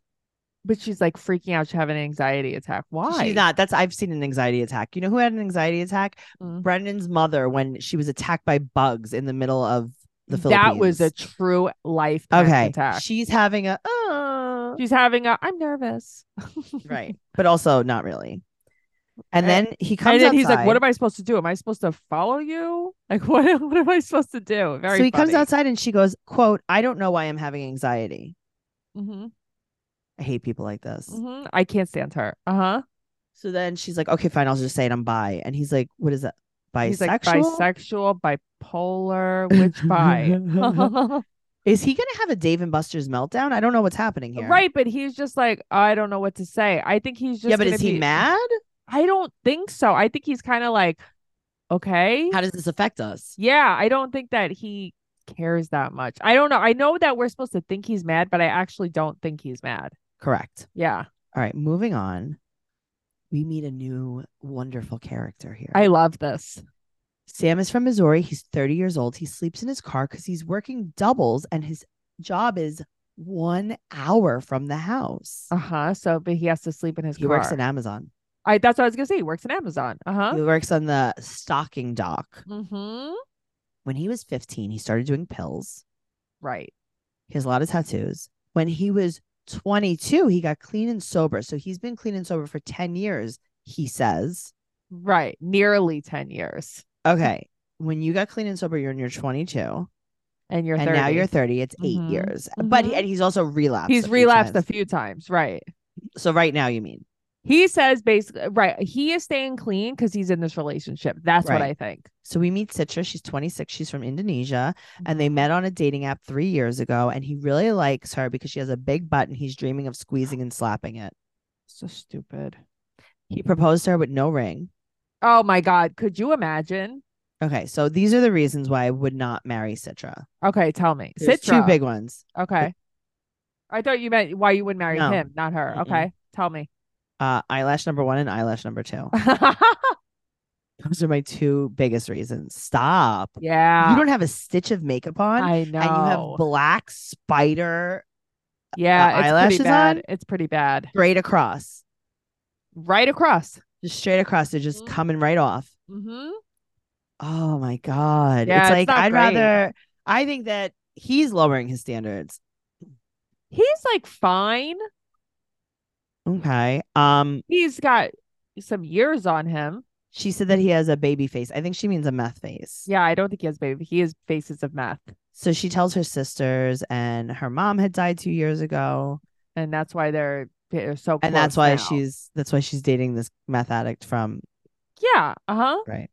[SPEAKER 3] But she's like freaking out. She's having an anxiety attack. Why?
[SPEAKER 2] She's not. That's I've seen an anxiety attack. You know who had an anxiety attack?
[SPEAKER 3] Mm.
[SPEAKER 2] Brendan's mother when she was attacked by bugs in the middle of the Philippines.
[SPEAKER 3] that was a true life panic
[SPEAKER 2] okay.
[SPEAKER 3] attack.
[SPEAKER 2] She's having a uh,
[SPEAKER 3] She's having a I'm nervous.
[SPEAKER 2] right, but also not really. And then he
[SPEAKER 3] and
[SPEAKER 2] comes
[SPEAKER 3] then he's like, "What
[SPEAKER 2] outside.
[SPEAKER 3] am I supposed to do? Am I supposed to follow you? Like, what? What am I supposed to do?" Very.
[SPEAKER 2] so he comes
[SPEAKER 3] funny.
[SPEAKER 2] outside and she goes, "quote I don't know why I'm having anxiety.
[SPEAKER 3] Mhm,
[SPEAKER 2] I hate people like this."
[SPEAKER 3] mhm. I can't stand her. Uh huh.
[SPEAKER 2] So then she's like, "Okay, fine, I'll just say it. I'm bi." And he's like, "What is that? Bisexual?
[SPEAKER 3] He's like bisexual, bipolar, which bi?
[SPEAKER 2] is he gonna have a Dave and Buster's meltdown? I don't know what's happening here."
[SPEAKER 3] right, but he's just like, I don't know what to say. I think he's just.
[SPEAKER 2] Yeah, but
[SPEAKER 3] gonna
[SPEAKER 2] is he
[SPEAKER 3] be-
[SPEAKER 2] mad?
[SPEAKER 3] I don't think so. I think he's kind of like, okay,
[SPEAKER 2] How does this affect us?
[SPEAKER 3] yeah. I don't think that he cares that much. I don't know. I know that we're supposed to think he's mad, but I actually don't think he's mad.
[SPEAKER 2] Correct.
[SPEAKER 3] Yeah,
[SPEAKER 2] All right, moving on. We meet a new wonderful character here.
[SPEAKER 3] I love this.
[SPEAKER 2] Sam is from Missouri. He's 30 years old. He sleeps in his car because he's working doubles and his job is one hour from the house.
[SPEAKER 3] Uh huh. So, but he has to sleep in his
[SPEAKER 2] he
[SPEAKER 3] car.
[SPEAKER 2] works in Amazon.
[SPEAKER 3] I. That's what I was gonna say. He works in Amazon. Uh huh.
[SPEAKER 2] He works on the stocking dock.
[SPEAKER 3] Mm-hmm.
[SPEAKER 2] When he was 15, he started doing pills.
[SPEAKER 3] Right.
[SPEAKER 2] He has a lot of tattoos. When he was 22, he got clean and sober. So he's been clean and sober for 10 years, he says.
[SPEAKER 3] Right. Nearly ten years,
[SPEAKER 2] Okay. When you got clean and sober, you're in your 22.
[SPEAKER 3] and you're
[SPEAKER 2] and
[SPEAKER 3] 30.
[SPEAKER 2] now you're 30. It's eight
[SPEAKER 3] Mhm.
[SPEAKER 2] years. But he,
[SPEAKER 3] Mhm.
[SPEAKER 2] and he's also relapsed.
[SPEAKER 3] He's
[SPEAKER 2] a few
[SPEAKER 3] relapsed a
[SPEAKER 2] times.
[SPEAKER 3] few times. Right.
[SPEAKER 2] so right now, you mean?
[SPEAKER 3] He says basically, right. He is staying clean because he's in this relationship. That's what
[SPEAKER 2] Right.
[SPEAKER 3] I think.
[SPEAKER 2] So we meet Citra. She's 26. She's from Indonesia, and
[SPEAKER 3] Mm-hmm.
[SPEAKER 2] they met on a dating app three years ago. And he really likes her because she has a big butt, and he's dreaming of squeezing and slapping it.
[SPEAKER 3] So stupid.
[SPEAKER 2] He proposed to her with no ring.
[SPEAKER 3] Oh my God. Could you imagine?
[SPEAKER 2] Okay, so these are the reasons why I would not marry Citra.
[SPEAKER 3] Okay. Tell me.
[SPEAKER 2] There's two
[SPEAKER 3] Citra.
[SPEAKER 2] big ones.
[SPEAKER 3] Okay. I thought you meant why you would marry
[SPEAKER 2] No.
[SPEAKER 3] him, not her.
[SPEAKER 2] Mm-mm.
[SPEAKER 3] Okay. Tell me.
[SPEAKER 2] Uh, eyelash number one and eyelash number two. Those are my two biggest reasons. Stop.
[SPEAKER 3] yeah.
[SPEAKER 2] You don't have a stitch of makeup on.
[SPEAKER 3] I know.
[SPEAKER 2] and you have black spider
[SPEAKER 3] yeah, it's
[SPEAKER 2] eyelashes
[SPEAKER 3] pretty bad.
[SPEAKER 2] on?
[SPEAKER 3] It's pretty bad.
[SPEAKER 2] straight across,
[SPEAKER 3] Right across.
[SPEAKER 2] just straight across. They're just
[SPEAKER 3] Mhm.
[SPEAKER 2] coming right off.
[SPEAKER 3] Mm-hmm.
[SPEAKER 2] Oh my god!
[SPEAKER 3] Yeah,
[SPEAKER 2] it's
[SPEAKER 3] it's
[SPEAKER 2] like
[SPEAKER 3] not
[SPEAKER 2] I'd
[SPEAKER 3] great.
[SPEAKER 2] rather. I think that he's lowering his standards.
[SPEAKER 3] He's like fine.
[SPEAKER 2] Okay. Um,
[SPEAKER 3] He's got some years on him.
[SPEAKER 2] she said that he has a baby face. I think she means a meth face.
[SPEAKER 3] Yeah, I don't think he has baby. He has faces of meth,
[SPEAKER 2] So she tells her sisters, and her mom had died two years ago,
[SPEAKER 3] and that's why they're they're so.
[SPEAKER 2] and that's
[SPEAKER 3] close
[SPEAKER 2] why
[SPEAKER 3] now.
[SPEAKER 2] she's that's why she's dating this meth addict from
[SPEAKER 3] Yeah. Uh huh.
[SPEAKER 2] right.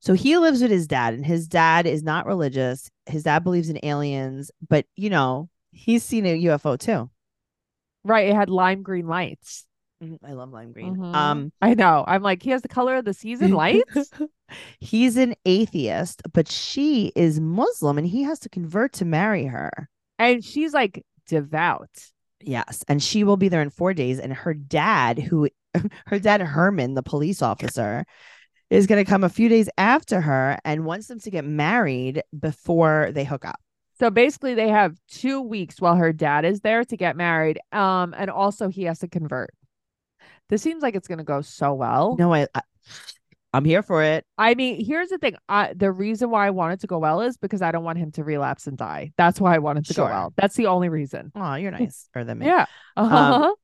[SPEAKER 2] So he lives with his dad, and his dad is not religious. His dad believes in aliens, but you know, he's seen a UFO too.
[SPEAKER 3] Right. It had lime green lights.
[SPEAKER 2] Mm-hmm. I love lime green.
[SPEAKER 3] Mhm.
[SPEAKER 2] Um,
[SPEAKER 3] I know. I'm like, he has the color of the season lights.
[SPEAKER 2] he's an atheist, but she is Muslim, and he has to convert to marry her.
[SPEAKER 3] and she's like devout.
[SPEAKER 2] Yes, and she will be there in four days. And her dad, who her dad Herman, the police officer, is going to come a few days after her and wants them to get married before they hook up.
[SPEAKER 3] So basically, they have two weeks while her dad is there to get married. Um, and also he has to convert. This seems like it's gonna go so well.
[SPEAKER 2] No, I, I I'm here for it.
[SPEAKER 3] I mean, here's the thing. I, the reason why I wanted to go well is because I don't want him to relapse and die. That's why I wanted to
[SPEAKER 2] Sure.
[SPEAKER 3] go well. That's the only reason.
[SPEAKER 2] Oh, you're nice. Or than me.
[SPEAKER 3] Mm. Yeah.
[SPEAKER 2] Um,
[SPEAKER 3] Uh-huh.
[SPEAKER 2] All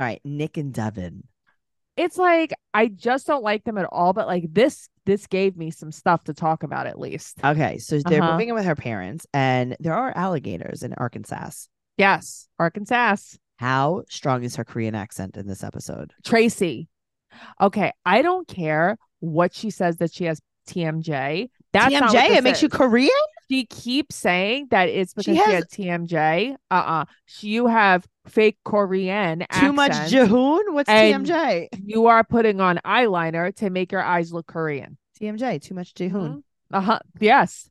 [SPEAKER 2] right, Nick and Devin.
[SPEAKER 3] it's like I just don't like them at all. But like this, this gave me some stuff to talk about at least.
[SPEAKER 2] Okay, so they're
[SPEAKER 3] Uh-huh.
[SPEAKER 2] moving in with her parents, and there are alligators in Arkansas.
[SPEAKER 3] Yes, Arkansas,
[SPEAKER 2] How strong is her Korean accent in this episode?
[SPEAKER 3] Tracy. Okay, I don't care what she says that she has TMJ. That's not what
[SPEAKER 2] TMJ,
[SPEAKER 3] this
[SPEAKER 2] it makes you
[SPEAKER 3] is.
[SPEAKER 2] Korean.
[SPEAKER 3] She keeps saying that it's because she,
[SPEAKER 2] has-
[SPEAKER 3] had TMJ. Uh uh She, you have fake Korean.
[SPEAKER 2] Too much
[SPEAKER 3] accent.
[SPEAKER 2] Jahoon. What's
[SPEAKER 3] And-
[SPEAKER 2] TMJ?
[SPEAKER 3] you are putting on eyeliner to make your eyes look Korean.
[SPEAKER 2] TMJ. Too much Jahoon.
[SPEAKER 3] Uh huh. Yes.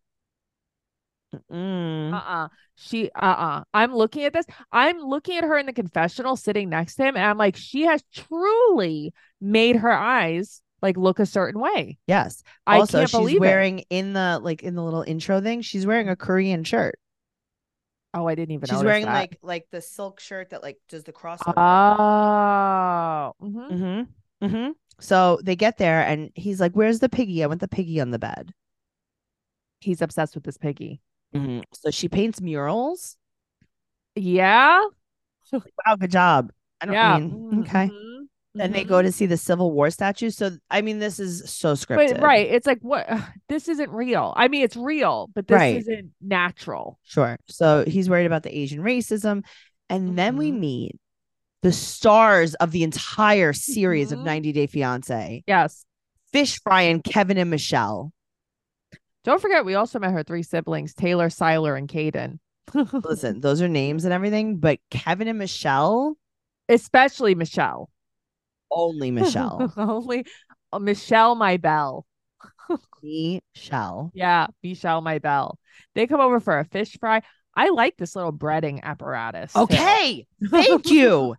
[SPEAKER 2] Mm.
[SPEAKER 3] Uh uh She, uh uh-uh. uh. i am looking at this. I'm looking at her in the confessional sitting next to him, and I'm like, she has truly made her eyes like look a certain way.
[SPEAKER 2] Yes.
[SPEAKER 3] I
[SPEAKER 2] also,
[SPEAKER 3] can't
[SPEAKER 2] she's
[SPEAKER 3] believe it.
[SPEAKER 2] wearing in the like in the little intro thing. She's wearing a Korean shirt.
[SPEAKER 3] Oh, I didn't even
[SPEAKER 2] She's
[SPEAKER 3] notice
[SPEAKER 2] wearing
[SPEAKER 3] that. Uh-huh.
[SPEAKER 2] like like the silk shirt that like does the crossover.
[SPEAKER 3] Oh, mhm.
[SPEAKER 2] mm-hmm. Mm-hmm. So they get there, and he's like, "Where's the piggy? I want the piggy on the bed."
[SPEAKER 3] he's obsessed with this piggy.
[SPEAKER 2] Mm-hmm. So she paints murals.
[SPEAKER 3] Yeah,
[SPEAKER 2] Wow, good job. I don't
[SPEAKER 3] yeah.
[SPEAKER 2] mean okay.
[SPEAKER 3] Mhm.
[SPEAKER 2] And they
[SPEAKER 3] Mhm.
[SPEAKER 2] go to see the Civil War statue. So I mean, this is so scripted,
[SPEAKER 3] But right, it's like what this isn't real. I mean, it's real, but this
[SPEAKER 2] Right.
[SPEAKER 3] isn't natural.
[SPEAKER 2] Sure. So he's worried about the Asian racism. And then we
[SPEAKER 3] Mhm.
[SPEAKER 2] meet the stars of the entire series
[SPEAKER 3] Mhm.
[SPEAKER 2] of 90 Day Fiance
[SPEAKER 3] Yes.
[SPEAKER 2] Fish Fry and Kevin and Michelle.
[SPEAKER 3] Don't forget, we also met her three siblings, Taylor, Siler, and Caden.
[SPEAKER 2] Listen, those are names and everything, but Kevin and Michelle,
[SPEAKER 3] Especially Michelle.
[SPEAKER 2] only Michelle.
[SPEAKER 3] Only oh, Michelle, my belle.
[SPEAKER 2] Michelle.
[SPEAKER 3] Yeah, Michelle, my belle. They come over for a fish fry. I like this little breading apparatus. too.
[SPEAKER 2] Okay. Thank you.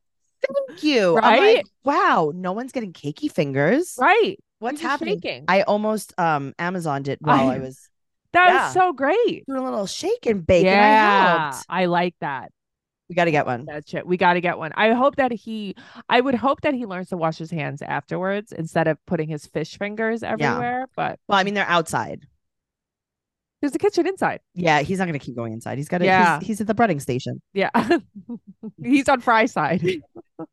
[SPEAKER 2] Thank you. I'm
[SPEAKER 3] Right?
[SPEAKER 2] like, wow, no one's getting cakey fingers.
[SPEAKER 3] Right.
[SPEAKER 2] What's
[SPEAKER 3] You're just
[SPEAKER 2] happening?
[SPEAKER 3] shaking.
[SPEAKER 2] I almost um Amazoned it while I,
[SPEAKER 3] I-
[SPEAKER 2] was
[SPEAKER 3] that
[SPEAKER 2] yeah.
[SPEAKER 3] was so great.
[SPEAKER 2] doing a little shake and bake. And I
[SPEAKER 3] yeah.
[SPEAKER 2] helped.
[SPEAKER 3] I, like that.
[SPEAKER 2] We got to get one.
[SPEAKER 3] That shit. We got to get one. I hope that he, I would hope that he learns to wash his hands afterwards instead of putting his fish fingers everywhere. But
[SPEAKER 2] Well, I mean, they're outside.
[SPEAKER 3] there's a kitchen inside.
[SPEAKER 2] Yeah, he's not going to keep going inside. He's got to.
[SPEAKER 3] Yeah.
[SPEAKER 2] He's, he's at the breading station.
[SPEAKER 3] Yeah. He's on fry side.
[SPEAKER 2] Stop!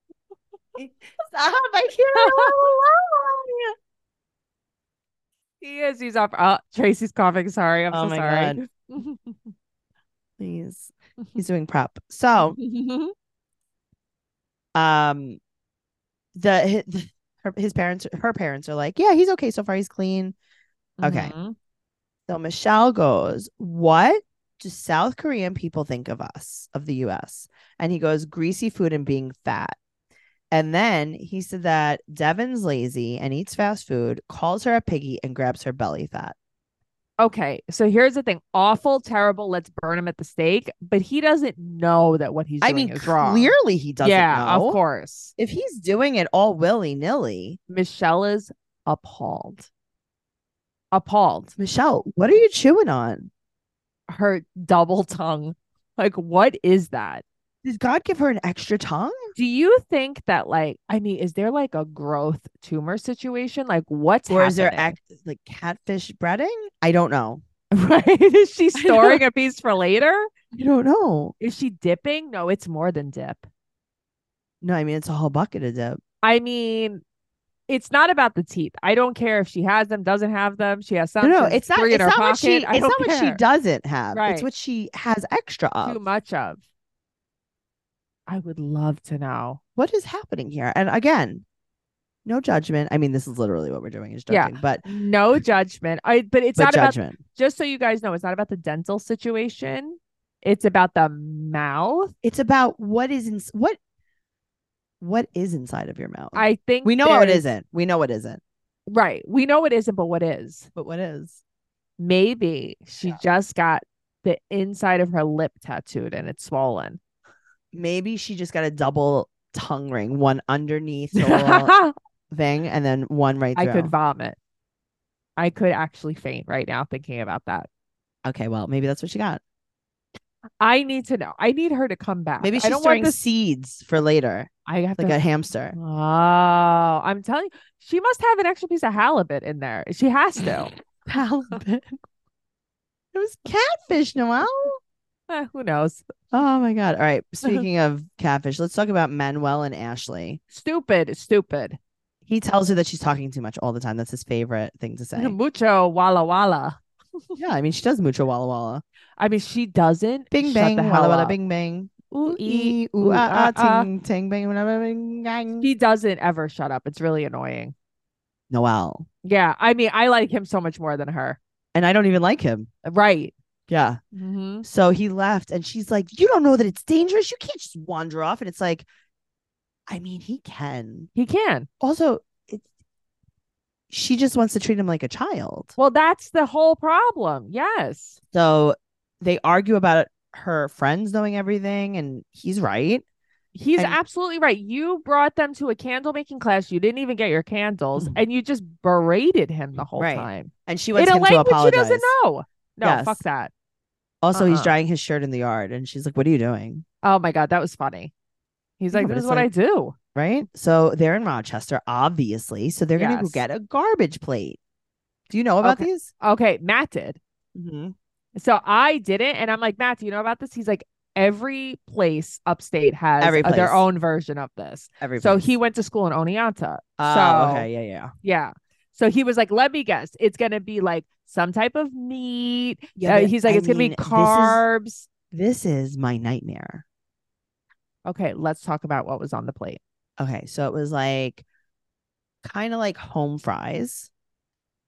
[SPEAKER 3] Oh
[SPEAKER 2] I can't.
[SPEAKER 3] he is. He's off. Oh, Tracy's coughing. Sorry. I'm so
[SPEAKER 2] Oh my
[SPEAKER 3] sorry.
[SPEAKER 2] Please. He's doing prep. So, um, the hi- the- her, his parents, her parents are like, yeah, he's okay so far. He's clean. Okay.
[SPEAKER 3] Mhm.
[SPEAKER 2] So Michelle goes, what do South Korean people think of us, of the U.S.? And he goes, greasy food and being fat. And then he said that Devin's lazy and eats fast food, calls her a piggy, and grabs her belly fat.
[SPEAKER 3] Okay. So here's the thing awful, terrible. Let's burn him at the stake. But he doesn't know that what he's
[SPEAKER 2] I
[SPEAKER 3] doing
[SPEAKER 2] mean,
[SPEAKER 3] is wrong.
[SPEAKER 2] clearly he doesn't
[SPEAKER 3] yeah,
[SPEAKER 2] know.
[SPEAKER 3] of course.
[SPEAKER 2] If he's doing it all willy nilly,
[SPEAKER 3] Michelle is appalled. Appalled.
[SPEAKER 2] Michelle, what are you chewing on?
[SPEAKER 3] Her double tongue. Like, what is that?
[SPEAKER 2] Did God give her an extra tongue?
[SPEAKER 3] Do you think that like I mean, is there like a growth tumor situation? Like what's
[SPEAKER 2] Or is there
[SPEAKER 3] happening?
[SPEAKER 2] act- like catfish breading? I don't know.
[SPEAKER 3] right? Is she storing a piece for later?
[SPEAKER 2] I don't know.
[SPEAKER 3] Is she dipping? No, it's more than dip.
[SPEAKER 2] No, I mean, it's a whole bucket of dip.
[SPEAKER 3] I mean, it's not about the teeth. I don't care if she has them, doesn't have them. She has
[SPEAKER 2] No,
[SPEAKER 3] some.
[SPEAKER 2] no,
[SPEAKER 3] she has
[SPEAKER 2] it's not.
[SPEAKER 3] three
[SPEAKER 2] It's
[SPEAKER 3] in her
[SPEAKER 2] not what she.
[SPEAKER 3] pocket.
[SPEAKER 2] It's
[SPEAKER 3] I
[SPEAKER 2] not
[SPEAKER 3] don't
[SPEAKER 2] what she
[SPEAKER 3] care.
[SPEAKER 2] doesn't have. It's
[SPEAKER 3] Right.
[SPEAKER 2] what she has extra
[SPEAKER 3] Too
[SPEAKER 2] of.
[SPEAKER 3] much of. I would love to know.
[SPEAKER 2] What is happening here? And again, no judgment. I mean, this is literally what we're doing is
[SPEAKER 3] Yeah.
[SPEAKER 2] joking, but
[SPEAKER 3] No judgment. I but it's
[SPEAKER 2] but
[SPEAKER 3] not about
[SPEAKER 2] judgment.
[SPEAKER 3] just so you guys know, it's not about the dental situation. It's about the mouth.
[SPEAKER 2] it's about what is in what what is inside of your mouth.
[SPEAKER 3] I think
[SPEAKER 2] we know what
[SPEAKER 3] there's-
[SPEAKER 2] isn't. We know what isn't.
[SPEAKER 3] Right. We know it isn't, but what is?
[SPEAKER 2] But what is?
[SPEAKER 3] Maybe she
[SPEAKER 2] Yeah.
[SPEAKER 3] just got the inside of her lip tattooed and it's swollen.
[SPEAKER 2] Maybe she just got a double tongue ring, one underneath the little thing, and then one right
[SPEAKER 3] uh, I
[SPEAKER 2] through.
[SPEAKER 3] could vomit. I could actually faint right now thinking about that.
[SPEAKER 2] okay, well, maybe that's what she got.
[SPEAKER 3] I need to know. I need her to come back.
[SPEAKER 2] Maybe
[SPEAKER 3] I
[SPEAKER 2] she's
[SPEAKER 3] don't want
[SPEAKER 2] throwing
[SPEAKER 3] this.
[SPEAKER 2] seeds for later,
[SPEAKER 3] I have
[SPEAKER 2] like
[SPEAKER 3] to.
[SPEAKER 2] a hamster.
[SPEAKER 3] oh, I'm telling you, she must have an extra piece of halibut in there. She has to.
[SPEAKER 2] Halibut. it was catfish, Noel.
[SPEAKER 3] Eh, who knows?
[SPEAKER 2] Oh my god! All right. Speaking of catfish, let's talk about Manuel and Ashley.
[SPEAKER 3] Stupid, stupid.
[SPEAKER 2] He tells her that she's talking too much all the time. That's his favorite thing to say.
[SPEAKER 3] Mucho walla walla.
[SPEAKER 2] yeah, I mean, she does mucho walla walla.
[SPEAKER 3] I mean, she doesn't.
[SPEAKER 2] Bing
[SPEAKER 3] Shut
[SPEAKER 2] bang,
[SPEAKER 3] the
[SPEAKER 2] walla
[SPEAKER 3] hell
[SPEAKER 2] walla,
[SPEAKER 3] up.
[SPEAKER 2] bing bang.
[SPEAKER 3] Ooh,
[SPEAKER 2] Ooh
[SPEAKER 3] ee.
[SPEAKER 2] ee, ooh ah
[SPEAKER 3] ah, ah.
[SPEAKER 2] ah, ting ting bang, walla, bing bang.
[SPEAKER 3] He doesn't ever shut up. It's really annoying.
[SPEAKER 2] Noel,
[SPEAKER 3] Yeah. I mean, I like him so much more than her.
[SPEAKER 2] and I don't even like him.
[SPEAKER 3] Right.
[SPEAKER 2] Yeah.
[SPEAKER 3] Mm-hmm.
[SPEAKER 2] So he left, and she's like, "You don't know that it's dangerous. You can't just wander off." And it's like, I mean, he can.
[SPEAKER 3] He can.
[SPEAKER 2] Also, it, she just wants to treat him like a child.
[SPEAKER 3] Well, that's the whole problem. Yes.
[SPEAKER 2] So they argue about her friends knowing everything, and he's right.
[SPEAKER 3] He's
[SPEAKER 2] And-
[SPEAKER 3] absolutely right. You brought them to a candle making class. You didn't even get your candles, and you just berated him the whole
[SPEAKER 2] Mm-hmm. Right.
[SPEAKER 3] time
[SPEAKER 2] And she
[SPEAKER 3] in
[SPEAKER 2] wants
[SPEAKER 3] a
[SPEAKER 2] him to
[SPEAKER 3] language he
[SPEAKER 2] apologize.
[SPEAKER 3] doesn't know. No, fuck
[SPEAKER 2] Yes.
[SPEAKER 3] that.
[SPEAKER 2] Also, he's
[SPEAKER 3] Uh-uh.
[SPEAKER 2] drying his shirt in the yard, and she's like, "What are you doing?"
[SPEAKER 3] Oh my god, that was funny. He's
[SPEAKER 2] No,
[SPEAKER 3] like,
[SPEAKER 2] but
[SPEAKER 3] "This is
[SPEAKER 2] it's
[SPEAKER 3] what I
[SPEAKER 2] like-
[SPEAKER 3] do."
[SPEAKER 2] Right. So they're in Rochester, obviously. So they're gonna go
[SPEAKER 3] Yes.
[SPEAKER 2] get a garbage plate. Do you know about
[SPEAKER 3] Okay.
[SPEAKER 2] these?
[SPEAKER 3] Okay, Matt did.
[SPEAKER 2] Mm-hmm.
[SPEAKER 3] So I did it, and I'm like, Matt, do you know about this? He's like, every place upstate has
[SPEAKER 2] Every
[SPEAKER 3] uh, their
[SPEAKER 2] place.
[SPEAKER 3] own version of this.
[SPEAKER 2] Every
[SPEAKER 3] So
[SPEAKER 2] place.
[SPEAKER 3] he went to school in Oneonta.
[SPEAKER 2] Oh,
[SPEAKER 3] so
[SPEAKER 2] okay, yeah, yeah.
[SPEAKER 3] yeah. So he was like, let me guess, it's gonna be like some type of meat.
[SPEAKER 2] Yeah,
[SPEAKER 3] Uh,
[SPEAKER 2] but
[SPEAKER 3] he's like,
[SPEAKER 2] I
[SPEAKER 3] it's gonna
[SPEAKER 2] mean,
[SPEAKER 3] be
[SPEAKER 2] this is-
[SPEAKER 3] carbs.
[SPEAKER 2] This is my nightmare.
[SPEAKER 3] Okay, let's talk about what was on the plate.
[SPEAKER 2] Okay, so it was like kind of like home fries,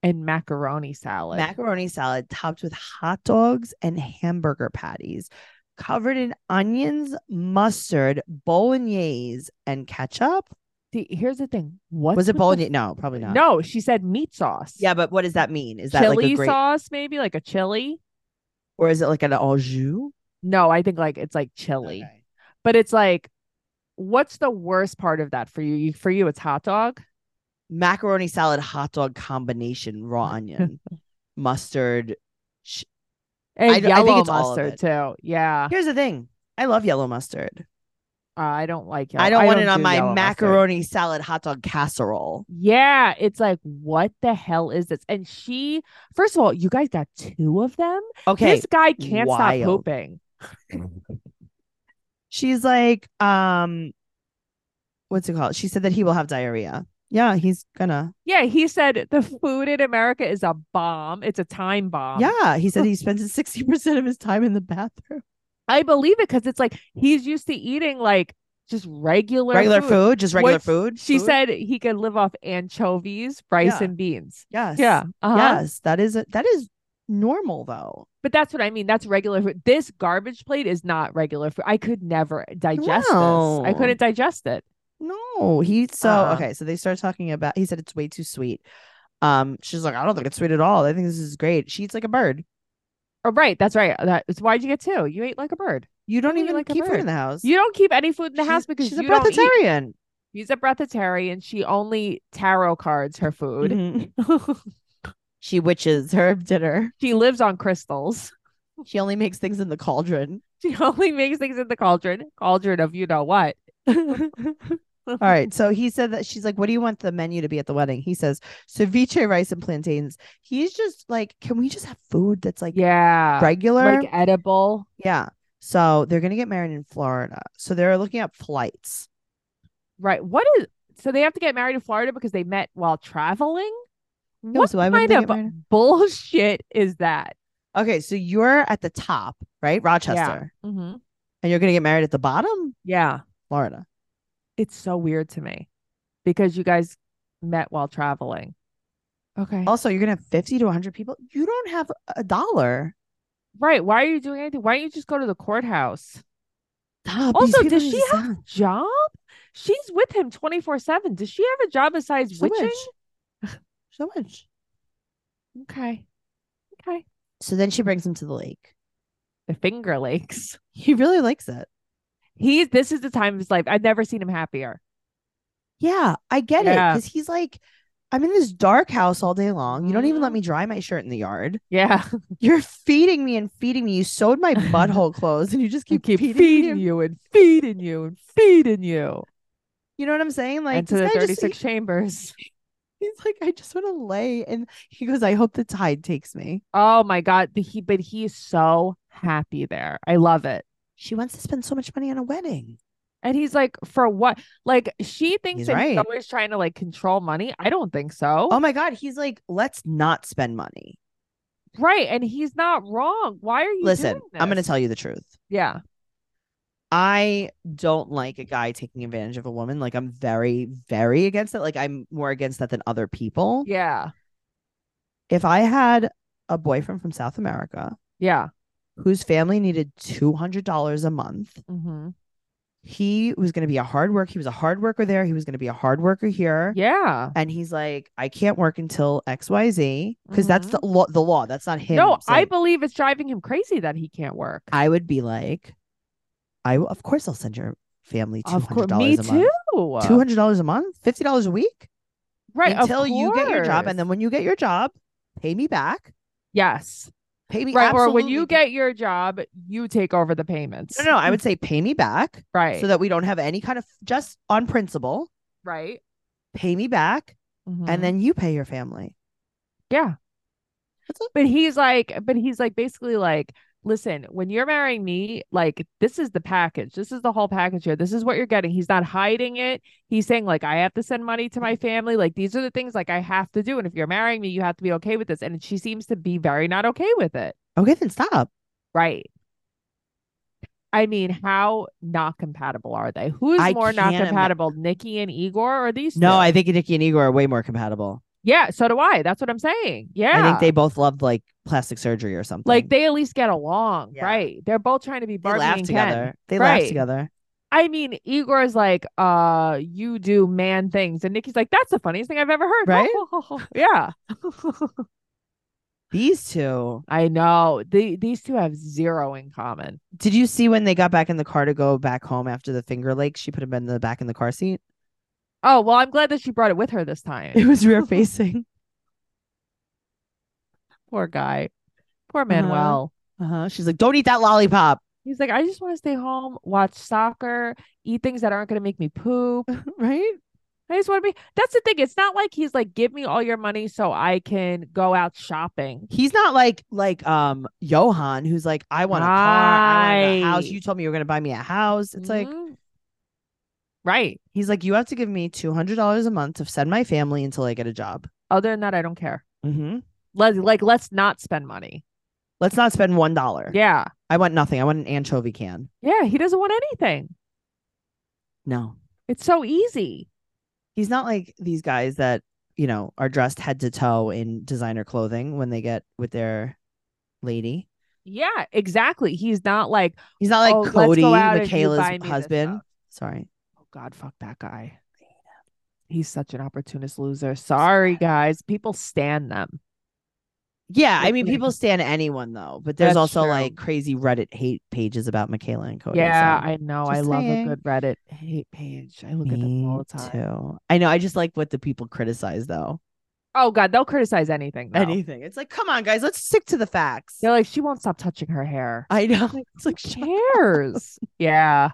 [SPEAKER 3] And macaroni salad.
[SPEAKER 2] macaroni salad topped with hot dogs and hamburger patties, covered in onions, mustard, bolognese, and ketchup.
[SPEAKER 3] See, here's the thing. What
[SPEAKER 2] was it bolognese? No, probably not.
[SPEAKER 3] No, she said meat sauce.
[SPEAKER 2] Yeah, but what does that mean? Is that
[SPEAKER 3] chili
[SPEAKER 2] like a great
[SPEAKER 3] sauce, maybe like a chili.
[SPEAKER 2] or is it like an au jus?
[SPEAKER 3] No, I think like it's like chili,
[SPEAKER 2] Okay.
[SPEAKER 3] but it's like, what's the worst part of that for you? you for you, it's hot dog.
[SPEAKER 2] macaroni salad hot dog combination raw onion mustard
[SPEAKER 3] And
[SPEAKER 2] I d- I
[SPEAKER 3] yellow
[SPEAKER 2] think it's all of
[SPEAKER 3] mustard too. Yeah,
[SPEAKER 2] here's the thing i love yellow mustard
[SPEAKER 3] Uh, I don't like yellow.
[SPEAKER 2] i don't want it on
[SPEAKER 3] do
[SPEAKER 2] my
[SPEAKER 3] yellow mustard.
[SPEAKER 2] macaroni salad hot dog casserole
[SPEAKER 3] Yeah, it's like what the hell is this? And she, first of all, you guys got two of them.
[SPEAKER 2] okay
[SPEAKER 3] This guy can't
[SPEAKER 2] wild.
[SPEAKER 3] stop pooping.
[SPEAKER 2] she's like um what's it called she said that he will have diarrhea yeah he's gonna
[SPEAKER 3] Yeah, he said the food in America is a bomb. It's a time bomb.
[SPEAKER 2] yeah he said he spends 60% of his time in the bathroom
[SPEAKER 3] I believe it because it's like he's used to eating like just regular
[SPEAKER 2] regular food, just regular
[SPEAKER 3] which
[SPEAKER 2] food
[SPEAKER 3] She
[SPEAKER 2] food.
[SPEAKER 3] said he could live off anchovies, rice,
[SPEAKER 2] Yeah.
[SPEAKER 3] and beans.
[SPEAKER 2] yes
[SPEAKER 3] Yeah. Uh-huh.
[SPEAKER 2] yes that is a, that is normal though
[SPEAKER 3] But that's what I mean. That's regular food. This garbage plate is not regular food. I could never digest this. I
[SPEAKER 2] No.
[SPEAKER 3] couldn't digest it.
[SPEAKER 2] No, he so
[SPEAKER 3] Uh-uh.
[SPEAKER 2] okay. So they start talking about. He said it's way too sweet. Um, she's like, I don't think it's sweet at all. I think this is great. She eats like a bird.
[SPEAKER 3] Oh, right. That's right. That's why'd you get two? You ate like a bird.
[SPEAKER 2] You don't
[SPEAKER 3] eat
[SPEAKER 2] even
[SPEAKER 3] like a
[SPEAKER 2] keep food
[SPEAKER 3] bird.
[SPEAKER 2] in the house.
[SPEAKER 3] You don't keep any food in the
[SPEAKER 2] She's-
[SPEAKER 3] house because
[SPEAKER 2] she's
[SPEAKER 3] you
[SPEAKER 2] a
[SPEAKER 3] don't eat.
[SPEAKER 2] breatharian.
[SPEAKER 3] She's a breatharian. She only tarot cards her food.
[SPEAKER 2] Mhm. she witches her dinner.
[SPEAKER 3] she lives on crystals.
[SPEAKER 2] She only makes things in the cauldron.
[SPEAKER 3] She only makes things in the cauldron. Cauldron of you know what.
[SPEAKER 2] All right. So he said that she's like, What do you want the menu to be at the wedding? He says, ceviche, rice, and plantains. He's just like, Can we just have food that's like
[SPEAKER 3] Yeah.
[SPEAKER 2] regular?
[SPEAKER 3] Like edible.
[SPEAKER 2] yeah. So they're gonna get married in Florida. So they're looking at flights.
[SPEAKER 3] Right. What is so they have to get married in Florida because they met while traveling?
[SPEAKER 2] No,
[SPEAKER 3] what
[SPEAKER 2] Oh, so why wouldn't
[SPEAKER 3] kind
[SPEAKER 2] they
[SPEAKER 3] of
[SPEAKER 2] get married?
[SPEAKER 3] bullshit is that?
[SPEAKER 2] Okay, so you're at the top, right? Rochester.
[SPEAKER 3] Yeah. Mhm.
[SPEAKER 2] And you're going to get married at the bottom?
[SPEAKER 3] yeah.
[SPEAKER 2] Florida.
[SPEAKER 3] It's so weird to me because you guys met while traveling. Okay.
[SPEAKER 2] Also, you're gonna have fifty to hundred people. You don't have a dollar.
[SPEAKER 3] Right. Why are you doing anything? Why don't you just go to the courthouse?
[SPEAKER 2] Stop,
[SPEAKER 3] Also,
[SPEAKER 2] these
[SPEAKER 3] does she
[SPEAKER 2] people just-
[SPEAKER 3] have a job? She's with him 24 7. Does she have a job besides
[SPEAKER 2] She's a
[SPEAKER 3] witching?
[SPEAKER 2] witch. She's a witch.
[SPEAKER 3] Okay. Okay.
[SPEAKER 2] So then she brings him to the lake.
[SPEAKER 3] The Finger Lakes.
[SPEAKER 2] He really likes it.
[SPEAKER 3] He's this is the time of his life. I've never seen him happier.
[SPEAKER 2] Yeah, I get it.
[SPEAKER 3] Yeah.
[SPEAKER 2] Because he's like, I'm in this dark house all day long. You don't even let
[SPEAKER 3] Mhm.
[SPEAKER 2] me dry my shirt in the yard.
[SPEAKER 3] Yeah.
[SPEAKER 2] You're feeding me and feeding me. You sewed my butthole closed and you just
[SPEAKER 3] You
[SPEAKER 2] keep,
[SPEAKER 3] keep
[SPEAKER 2] feeding,
[SPEAKER 3] feeding
[SPEAKER 2] me.
[SPEAKER 3] you and feeding you and feeding you
[SPEAKER 2] You know what I'm saying? Like
[SPEAKER 3] into
[SPEAKER 2] this
[SPEAKER 3] the
[SPEAKER 2] guy just-
[SPEAKER 3] 36 chambers.
[SPEAKER 2] he- he's like, I just want to lay. And he goes, I hope the tide takes me.
[SPEAKER 3] Oh my God. But He but he's so happy there. I love it.
[SPEAKER 2] She wants to spend so much money on a wedding.
[SPEAKER 3] And he's like, for what? Like she thinks
[SPEAKER 2] He's
[SPEAKER 3] that he's
[SPEAKER 2] right.
[SPEAKER 3] always trying to like control money. I don't think so.
[SPEAKER 2] Oh my God. He's like, let's not spend money.
[SPEAKER 3] Right. And he's not wrong. Why are you
[SPEAKER 2] Listen,
[SPEAKER 3] doing
[SPEAKER 2] I'm going to
[SPEAKER 3] this?
[SPEAKER 2] tell you the truth.
[SPEAKER 3] Yeah.
[SPEAKER 2] I don't like a guy taking advantage of a woman. Like I'm very, very against it. Like I'm more against that than other people.
[SPEAKER 3] Yeah.
[SPEAKER 2] If I had a boyfriend from South America
[SPEAKER 3] Yeah.
[SPEAKER 2] whose family needed two hundred dollars a month,
[SPEAKER 3] hmm
[SPEAKER 2] he was going to be a hard work. He was a hard worker there. He was going to be a hard worker here.
[SPEAKER 3] Yeah.
[SPEAKER 2] And he's like, I can't work until X Y Z because that's the law. The law. That's not him.
[SPEAKER 3] Mm-hmm. no, I
[SPEAKER 2] saying-
[SPEAKER 3] believe it's driving him crazy that he can't work.
[SPEAKER 2] I would be like, I of course I'll send your family two
[SPEAKER 3] of course.
[SPEAKER 2] hundred
[SPEAKER 3] Me
[SPEAKER 2] dollars a month.
[SPEAKER 3] too.
[SPEAKER 2] Two hundred dollars a month, fifty dollars a week.
[SPEAKER 3] right. of
[SPEAKER 2] until you get your job and
[SPEAKER 3] course.
[SPEAKER 2] then when you get your job pay me back
[SPEAKER 3] Yes.
[SPEAKER 2] pay me
[SPEAKER 3] Right. Or when
[SPEAKER 2] absolutely
[SPEAKER 3] you
[SPEAKER 2] back.
[SPEAKER 3] get your job, you take over the payments.
[SPEAKER 2] no, no no, i would say pay me back
[SPEAKER 3] Right.
[SPEAKER 2] so that we don't have any kind of just on principle
[SPEAKER 3] right.
[SPEAKER 2] pay me back
[SPEAKER 3] Mhm.
[SPEAKER 2] and then you pay your family
[SPEAKER 3] Yeah.
[SPEAKER 2] That's it.
[SPEAKER 3] But he's like, but he's like basically like, listen, when you're marrying me, like this is the package. This is the whole package here. This is what you're getting. He's not hiding it. He's saying, like, I have to send money to my family. Like, these are the things like I have to do. And if you're marrying me, you have to be okay with this. And she seems to be very not okay with it.
[SPEAKER 2] okay then stop
[SPEAKER 3] Right. I mean, how not compatible are they? Who's
[SPEAKER 2] I
[SPEAKER 3] more not
[SPEAKER 2] can't ima-
[SPEAKER 3] compatible, Nikki and Igor, or these?
[SPEAKER 2] no
[SPEAKER 3] two?
[SPEAKER 2] i think nikki and igor are way more compatible
[SPEAKER 3] yeah. So do I. That's what I'm saying. Yeah,
[SPEAKER 2] i think they both loved like plastic surgery or something
[SPEAKER 3] Like they at least get along,
[SPEAKER 2] Yeah.
[SPEAKER 3] right? They're both trying to be
[SPEAKER 2] they
[SPEAKER 3] Barbie
[SPEAKER 2] laugh
[SPEAKER 3] and
[SPEAKER 2] together
[SPEAKER 3] Ken.
[SPEAKER 2] they
[SPEAKER 3] Right.
[SPEAKER 2] laugh together
[SPEAKER 3] I mean, Igor's like, "Uh, you do man things," and Nikki's like, "That's the funniest thing I've ever heard."
[SPEAKER 2] Right?
[SPEAKER 3] yeah,
[SPEAKER 2] these two
[SPEAKER 3] I know. The, these two have zero in common.
[SPEAKER 2] did you see when they got back in the car to go back home after the finger lake she put him in the back in the car seat
[SPEAKER 3] Oh well, I'm glad that she brought it with her this time.
[SPEAKER 2] it was rear facing
[SPEAKER 3] Poor guy, poor Manuel.
[SPEAKER 2] Uh-huh. She's like, don't eat that lollipop.
[SPEAKER 3] He's like, I just want to stay home, watch soccer, eat things that aren't going to make me poop.
[SPEAKER 2] Right?
[SPEAKER 3] I just want to be. That's the thing. It's not like he's like, give me all your money so I can go out shopping.
[SPEAKER 2] He's not like like um Johan, who's like, I want a car, I want a house.
[SPEAKER 3] Right.
[SPEAKER 2] You told me you were gonna buy me a house. It's like
[SPEAKER 3] Mhm. right.
[SPEAKER 2] he's like, you have to give me two hundred dollars a month to send my family until I get a job.
[SPEAKER 3] Other than that, I don't care.
[SPEAKER 2] Mm-hmm.
[SPEAKER 3] Let, like, let's not spend money.
[SPEAKER 2] Let's not spend one dollar.
[SPEAKER 3] Yeah.
[SPEAKER 2] I want nothing. I want an anchovy can.
[SPEAKER 3] Yeah. He doesn't want anything.
[SPEAKER 2] No,
[SPEAKER 3] It's so easy.
[SPEAKER 2] he's not like these guys that you know are dressed head to toe in designer clothing when they get with their lady.
[SPEAKER 3] Yeah, exactly. He's not like,
[SPEAKER 2] He's not like
[SPEAKER 3] oh, let's
[SPEAKER 2] Cody,
[SPEAKER 3] go out and you buy me
[SPEAKER 2] Michaela's
[SPEAKER 3] this
[SPEAKER 2] husband.
[SPEAKER 3] stuff.
[SPEAKER 2] Sorry.
[SPEAKER 3] Oh God, fuck that guy. He's such an opportunist loser. Sorry, guys. People stand them.
[SPEAKER 2] Yeah, I mean,
[SPEAKER 3] Definitely.
[SPEAKER 2] people stand anyone though, but there's
[SPEAKER 3] That's
[SPEAKER 2] also
[SPEAKER 3] true.
[SPEAKER 2] like crazy Reddit hate pages about Michaela and Cody.
[SPEAKER 3] Yeah,
[SPEAKER 2] so-
[SPEAKER 3] I know. I
[SPEAKER 2] um, Just
[SPEAKER 3] love
[SPEAKER 2] saying.
[SPEAKER 3] a good Reddit hate page. I look at them all
[SPEAKER 2] me
[SPEAKER 3] the time.
[SPEAKER 2] too. I know. I just like what the people criticize though.
[SPEAKER 3] Oh God, they'll criticize anything. Though.
[SPEAKER 2] Anything. It's like, come on, guys, let's stick to the facts.
[SPEAKER 3] They're like, she won't stop touching her hair.
[SPEAKER 2] I know. It's like, shut-
[SPEAKER 3] Who cares? yeah.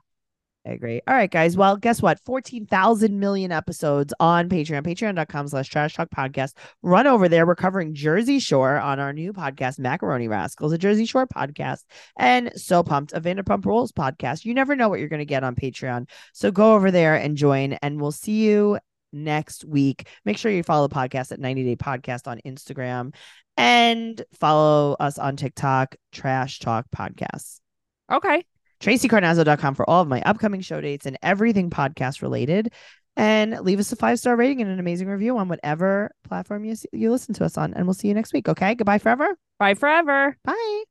[SPEAKER 2] I agree. All right, guys. Well, guess what? 14,000 million episodes on Patreon, patreon.com slash trash talk podcast. Run over there. We're covering Jersey Shore on our new podcast, Macaroni Rascals, a Jersey Shore podcast, and So Pumped, a Vanderpump Rules podcast. You never know what you're going to get on Patreon. So go over there and join, and we'll see you next week. Make sure you follow the podcast at 90 Day Podcast on Instagram and follow us on TikTok, Trash Talk Podcasts.
[SPEAKER 3] Okay.
[SPEAKER 2] TracyCarnazzo.com for all of my upcoming show dates and everything podcast related. and leave us a five star rating and an amazing review on whatever platform you, you listen to us on. And we'll see you next week. Okay. Goodbye forever.
[SPEAKER 3] Bye forever.
[SPEAKER 2] Bye.